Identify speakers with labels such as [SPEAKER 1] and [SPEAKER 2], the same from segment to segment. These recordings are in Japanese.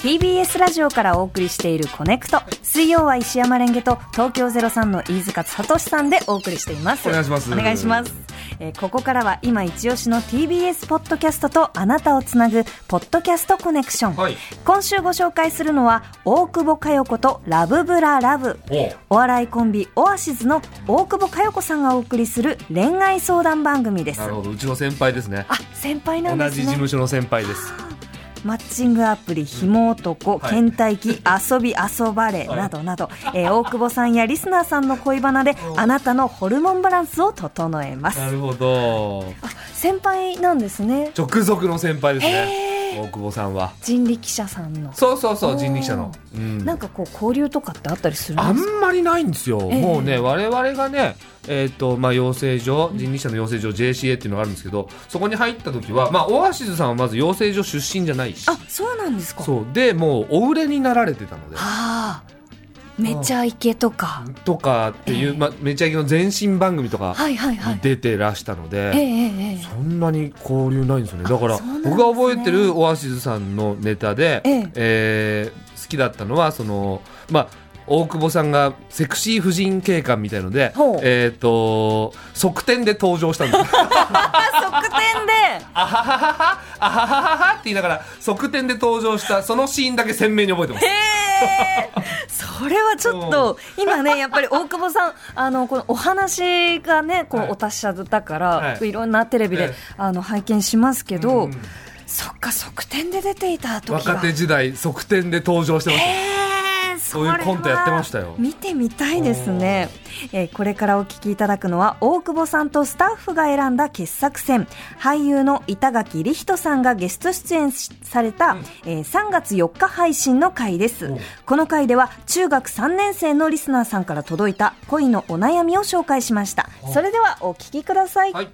[SPEAKER 1] TBS ラジオからお送りしている「コネクト」水曜は石山レンゲと東京03の飯塚聡さんでお送りしています
[SPEAKER 2] お願いします
[SPEAKER 1] お願いしますえーここからは今一押しの TBS ポッドキャストとあなたをつなぐ「ポッドキャストコネクション」
[SPEAKER 2] はい
[SPEAKER 1] 今週ご紹介するのは大久保佳代子とラブブララブ
[SPEAKER 2] おう
[SPEAKER 1] お笑いコンビオアシズの大久保佳代子さんがお送りする恋愛相談番組です
[SPEAKER 2] なるほどうちの先輩ですね
[SPEAKER 1] あ先輩なん
[SPEAKER 2] 同
[SPEAKER 1] で
[SPEAKER 2] じ
[SPEAKER 1] す
[SPEAKER 2] 事
[SPEAKER 1] ね
[SPEAKER 2] 務所の先輩です
[SPEAKER 1] マッチングアプリ、ひも男、
[SPEAKER 2] はい
[SPEAKER 1] 倦怠 期、遊び、遊ばれ、
[SPEAKER 2] はい
[SPEAKER 1] などなど、えー大久保さんやリスナーさんの恋バナで、あなたのホルモンバランスを整えます。
[SPEAKER 2] なるほど
[SPEAKER 1] あ先輩なんですね。
[SPEAKER 2] 直属の先輩です
[SPEAKER 1] へ
[SPEAKER 2] ね大久保さんは
[SPEAKER 1] 人力車さんの。
[SPEAKER 2] そうそうそ
[SPEAKER 1] おー
[SPEAKER 2] う人力車の、うん
[SPEAKER 1] なんかこう、交流とかってあったりする
[SPEAKER 2] あ
[SPEAKER 1] ん
[SPEAKER 2] ん
[SPEAKER 1] ですか
[SPEAKER 2] まりないんですよ、
[SPEAKER 1] え
[SPEAKER 2] もうね我々がねえっ、とまあ養成所人力車の養成所 JCA っていうのがあるんですけどそこに入った時はまあオアシズさんはまず養成所出身じゃないし
[SPEAKER 1] あ、そうなんですか。
[SPEAKER 2] そうでもうお売れになられてたので
[SPEAKER 1] ああ、めちゃイケとか。
[SPEAKER 2] とかっていう、
[SPEAKER 1] ええ
[SPEAKER 2] まあ、めちゃイケの前身番組とか
[SPEAKER 1] はいはいはい。
[SPEAKER 2] 出てらしたの
[SPEAKER 1] えええ
[SPEAKER 2] で、
[SPEAKER 1] ええ え
[SPEAKER 2] そんなに交流ないんですよねだから
[SPEAKER 1] そうなんですね
[SPEAKER 2] 僕が覚えてるオアシズさんのネタで、
[SPEAKER 1] え
[SPEAKER 2] え
[SPEAKER 1] え
[SPEAKER 2] ー好きだったのはそのまあ大久保さんがセクシー婦人警官みたいので
[SPEAKER 1] ほう、
[SPEAKER 2] えー、と側転で登場したんです
[SPEAKER 1] あ、側転で。
[SPEAKER 2] あははははあははははって言いながら側転で登場したそのシーンだけ鮮明に覚えてます
[SPEAKER 1] へーそれはちょっと今ねやっぱり大久保さんあのこのお話がねこ
[SPEAKER 2] はいう
[SPEAKER 1] お達者だから、、
[SPEAKER 2] はいい
[SPEAKER 1] ろんなテレビで、
[SPEAKER 2] ええ
[SPEAKER 1] あの拝見しますけど、
[SPEAKER 2] うん
[SPEAKER 1] そっか側転で出ていた時は
[SPEAKER 2] 若手時代側転で登場してました
[SPEAKER 1] へーそ
[SPEAKER 2] そう
[SPEAKER 1] れ
[SPEAKER 2] い
[SPEAKER 1] は
[SPEAKER 2] うコントやってましたよ
[SPEAKER 1] 見てみたいですね、えーこれからお聞きいただくのは大久保さんとスタッフが選んだ傑作選俳優の板垣理人さんがゲスト出演しされた、えー3月4日配信の回です
[SPEAKER 2] おう
[SPEAKER 1] この回では中学3年生のリスナーさんから届いた恋のお悩みを紹介しましたそれではお聞きください、
[SPEAKER 2] はい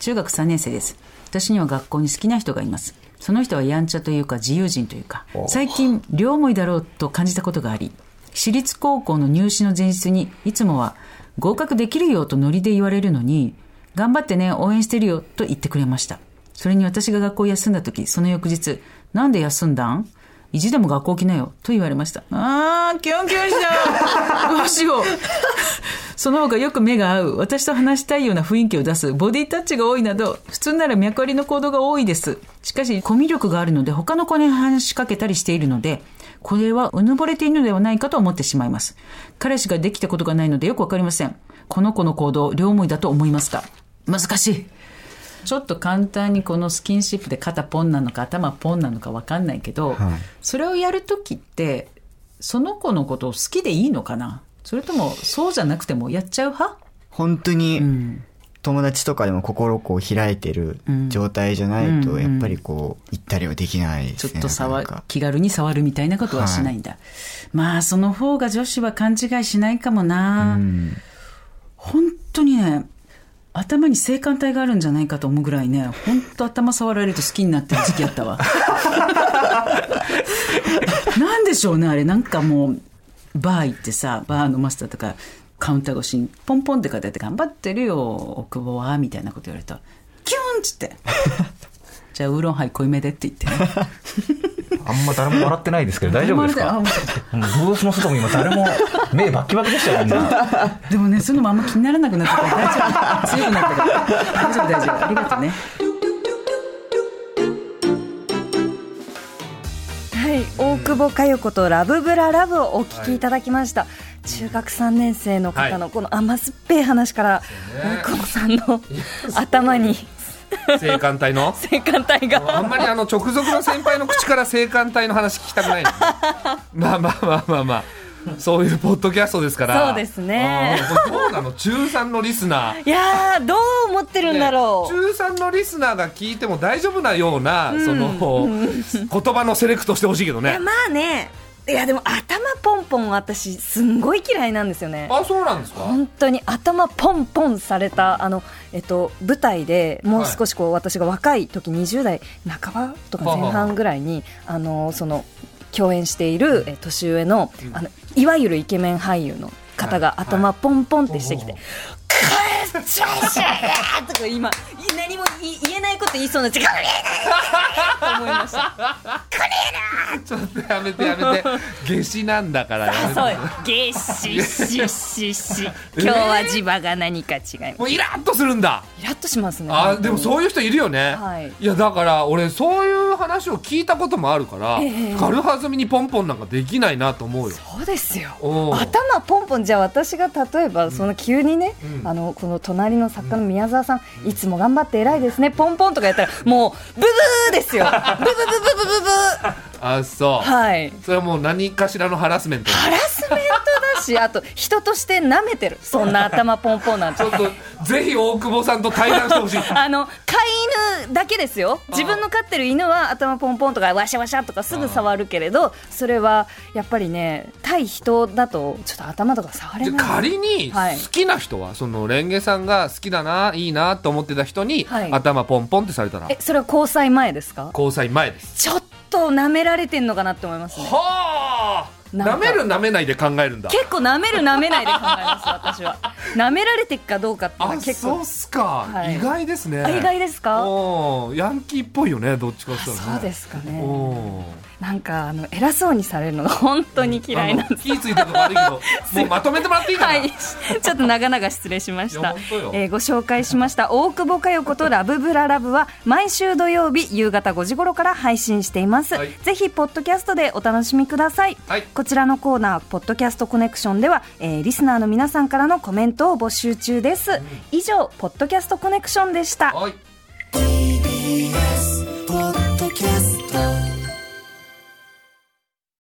[SPEAKER 3] 中学3年生です私には学校に好きな人がいますその人はやんちゃというか自由人というか最近両思いだろうと感じたことがあり私立高校の入試の前日にいつもは合格できるよとノリで言われるのに頑張ってね応援してるよと言ってくれましたそれに私が学校を休んだ時その翌日なんで休んだん意地でも学校来なよと言われましたあーキュンキュンしちゃうどうしようその他よく目が合う、私と話したいような雰囲気を出す、ボディタッチが多いなど、普通なら脈ありの行動が多いです。しかし、コミュ力があるので、他の子に話しかけたりしているので、これはうぬぼれているのではないかと思ってしまいます。彼氏ができたことがないのでよくわかりません。この子の行動、両思いだと思いますか難しい。ちょっと簡単にこのスキンシップで肩ポンなのか頭ポンなのかわかんないけど、それをやるときってその子のことを好きでいいのかなそれともそうじゃなくてもやっちゃう派
[SPEAKER 4] 本当に友達とかでも心こう開いてる状態じゃないと、やっぱりこう、行ったりはできないで
[SPEAKER 3] ちょっ
[SPEAKER 4] すね。
[SPEAKER 3] と触
[SPEAKER 4] なかなか
[SPEAKER 3] 気軽に触るみたいなことはしないんだ、まあその方が女子は勘違いしないかもな、本当にね頭に性感帯があるんじゃないかと思うぐらいね本当頭触られると好きになってる時期あったわ なんでしょうねあれなんかもうバー行ってさバーのマスターとかカウンター越しにポンポンって肩やって「頑張ってるよ奥久保は」みたいなこと言われるとキュンっつ って「じゃあウーロンハイ濃いめで」って言ってね
[SPEAKER 5] あんま誰も笑ってないですけど、大丈夫ですか
[SPEAKER 3] あ
[SPEAKER 5] うんどうしますとも今誰も、目バッキバキでしたよ、みんな。
[SPEAKER 3] でもね、そういうのもあんま気にならなくなったから大丈夫。強くなったから。大丈夫、大丈夫。ありがとうね。
[SPEAKER 1] はい、大久保佳代子とラブブララブをお聞きいただきました、中学3年生の方のこの甘酸っぱい話から、大久保さんの頭に
[SPEAKER 2] 性感帯 の
[SPEAKER 1] 性感帯
[SPEAKER 2] あ
[SPEAKER 1] が
[SPEAKER 2] んまりあの直属の先輩の口から性感帯の話聞きたくない のねまあまあまあまあまあそういうポッドキャストですから
[SPEAKER 1] そうですね
[SPEAKER 2] うんこれどうなの中3のリスナー
[SPEAKER 1] いやーどう思ってるんだろう、
[SPEAKER 2] ね中3のリスナーが聞いても大丈夫なような、その、言葉のセレクトしてほしいけど
[SPEAKER 1] いや
[SPEAKER 2] ね
[SPEAKER 1] まあねいやでも頭ポンポン私すんごい嫌いなんですよね
[SPEAKER 2] あそうなんですか
[SPEAKER 1] 本当に頭ポンポンされたあの、えっと、舞台でもう少しこう、私が若い時20代半ばとか前半ぐらいにあのその共演しているえ年上の,、あのいわゆるイケメン俳優の方が
[SPEAKER 2] はい
[SPEAKER 1] 頭ポンポンってしてきて、返シャーシャーとか今い何も言い言えないこと言いそうな違う
[SPEAKER 2] ちょっとやめてやめて夏至なんだからやめ て
[SPEAKER 1] そうゲシシシ シ今日は磁場が何か違います
[SPEAKER 2] もうイラッとするんだ
[SPEAKER 1] イラッとしますね
[SPEAKER 2] あでもそういう人いるよね、
[SPEAKER 1] はい
[SPEAKER 2] やだから俺そういう話を聞いたこともあるから、軽はずみにポンポンなんかできないなと思うよ
[SPEAKER 1] そうですよ
[SPEAKER 2] おう
[SPEAKER 1] 頭ポンポンじゃあ私が例えばその急にね、
[SPEAKER 2] うん
[SPEAKER 1] あのこの隣の作家の宮沢さん、いつも頑張って偉いですねポンポンとかやったらもうブブーですよブブブブブブブー
[SPEAKER 2] あそう、
[SPEAKER 1] はい
[SPEAKER 2] それはもう何かしらのハラスメント
[SPEAKER 1] ハラスメントだしあと人として舐めてるそんな頭ポンポンなんて
[SPEAKER 2] ちょっとぜひ大久保さんと対談してほしい
[SPEAKER 1] あの飼い犬だけですよ自分の飼ってる犬は頭ポンポンとかワシャワシャとかすぐ触るけれどそれはやっぱりね対人だとちょっと頭とか触れ
[SPEAKER 2] じゃ
[SPEAKER 1] ない
[SPEAKER 2] 仮に
[SPEAKER 1] はい
[SPEAKER 2] 好きな人は、そのレンゲさんが好きだないいなと思ってた人に、
[SPEAKER 1] はい
[SPEAKER 2] 頭ポンポンってされたら
[SPEAKER 1] えそれは交際前ですか
[SPEAKER 2] 交際前です
[SPEAKER 1] ちょっと舐められてんのかなって思いますね
[SPEAKER 2] はあ
[SPEAKER 1] な
[SPEAKER 2] なん
[SPEAKER 1] か
[SPEAKER 2] めるなめないで考えるんだ
[SPEAKER 1] 結構舐める舐めないで考えます私 は舐められてっかどうかっていうのは
[SPEAKER 2] あ
[SPEAKER 1] 結
[SPEAKER 2] そう
[SPEAKER 1] 構
[SPEAKER 2] っすか、
[SPEAKER 1] はい
[SPEAKER 2] 意外ですね
[SPEAKER 1] あ意外ですか
[SPEAKER 2] おーヤンキーっぽいよねどっちかって言ったら、ね、
[SPEAKER 1] そうですかね
[SPEAKER 2] おー
[SPEAKER 1] なんかあの偉そうにされるのが本当に嫌いなん
[SPEAKER 2] あ
[SPEAKER 1] で
[SPEAKER 2] の気ぃついたとこ悪い けどもうまとめてもらっていいかな、
[SPEAKER 1] はい、ちょっと長々失礼しまし
[SPEAKER 2] いや
[SPEAKER 1] た
[SPEAKER 2] 本当よ。
[SPEAKER 1] えーご紹介しました大久保佳代子とラブブララブは毎週土曜日夕方5時頃から配信しています。
[SPEAKER 2] はい
[SPEAKER 1] ぜひポッドキャストでお楽しみください。
[SPEAKER 2] はい
[SPEAKER 1] こちらのコーナーポッドキャストコネクションでは、えーリスナーの皆さんからのコメントを募集中です。以上ポッドキャストコネクションでした。
[SPEAKER 2] はい
[SPEAKER 6] podcast.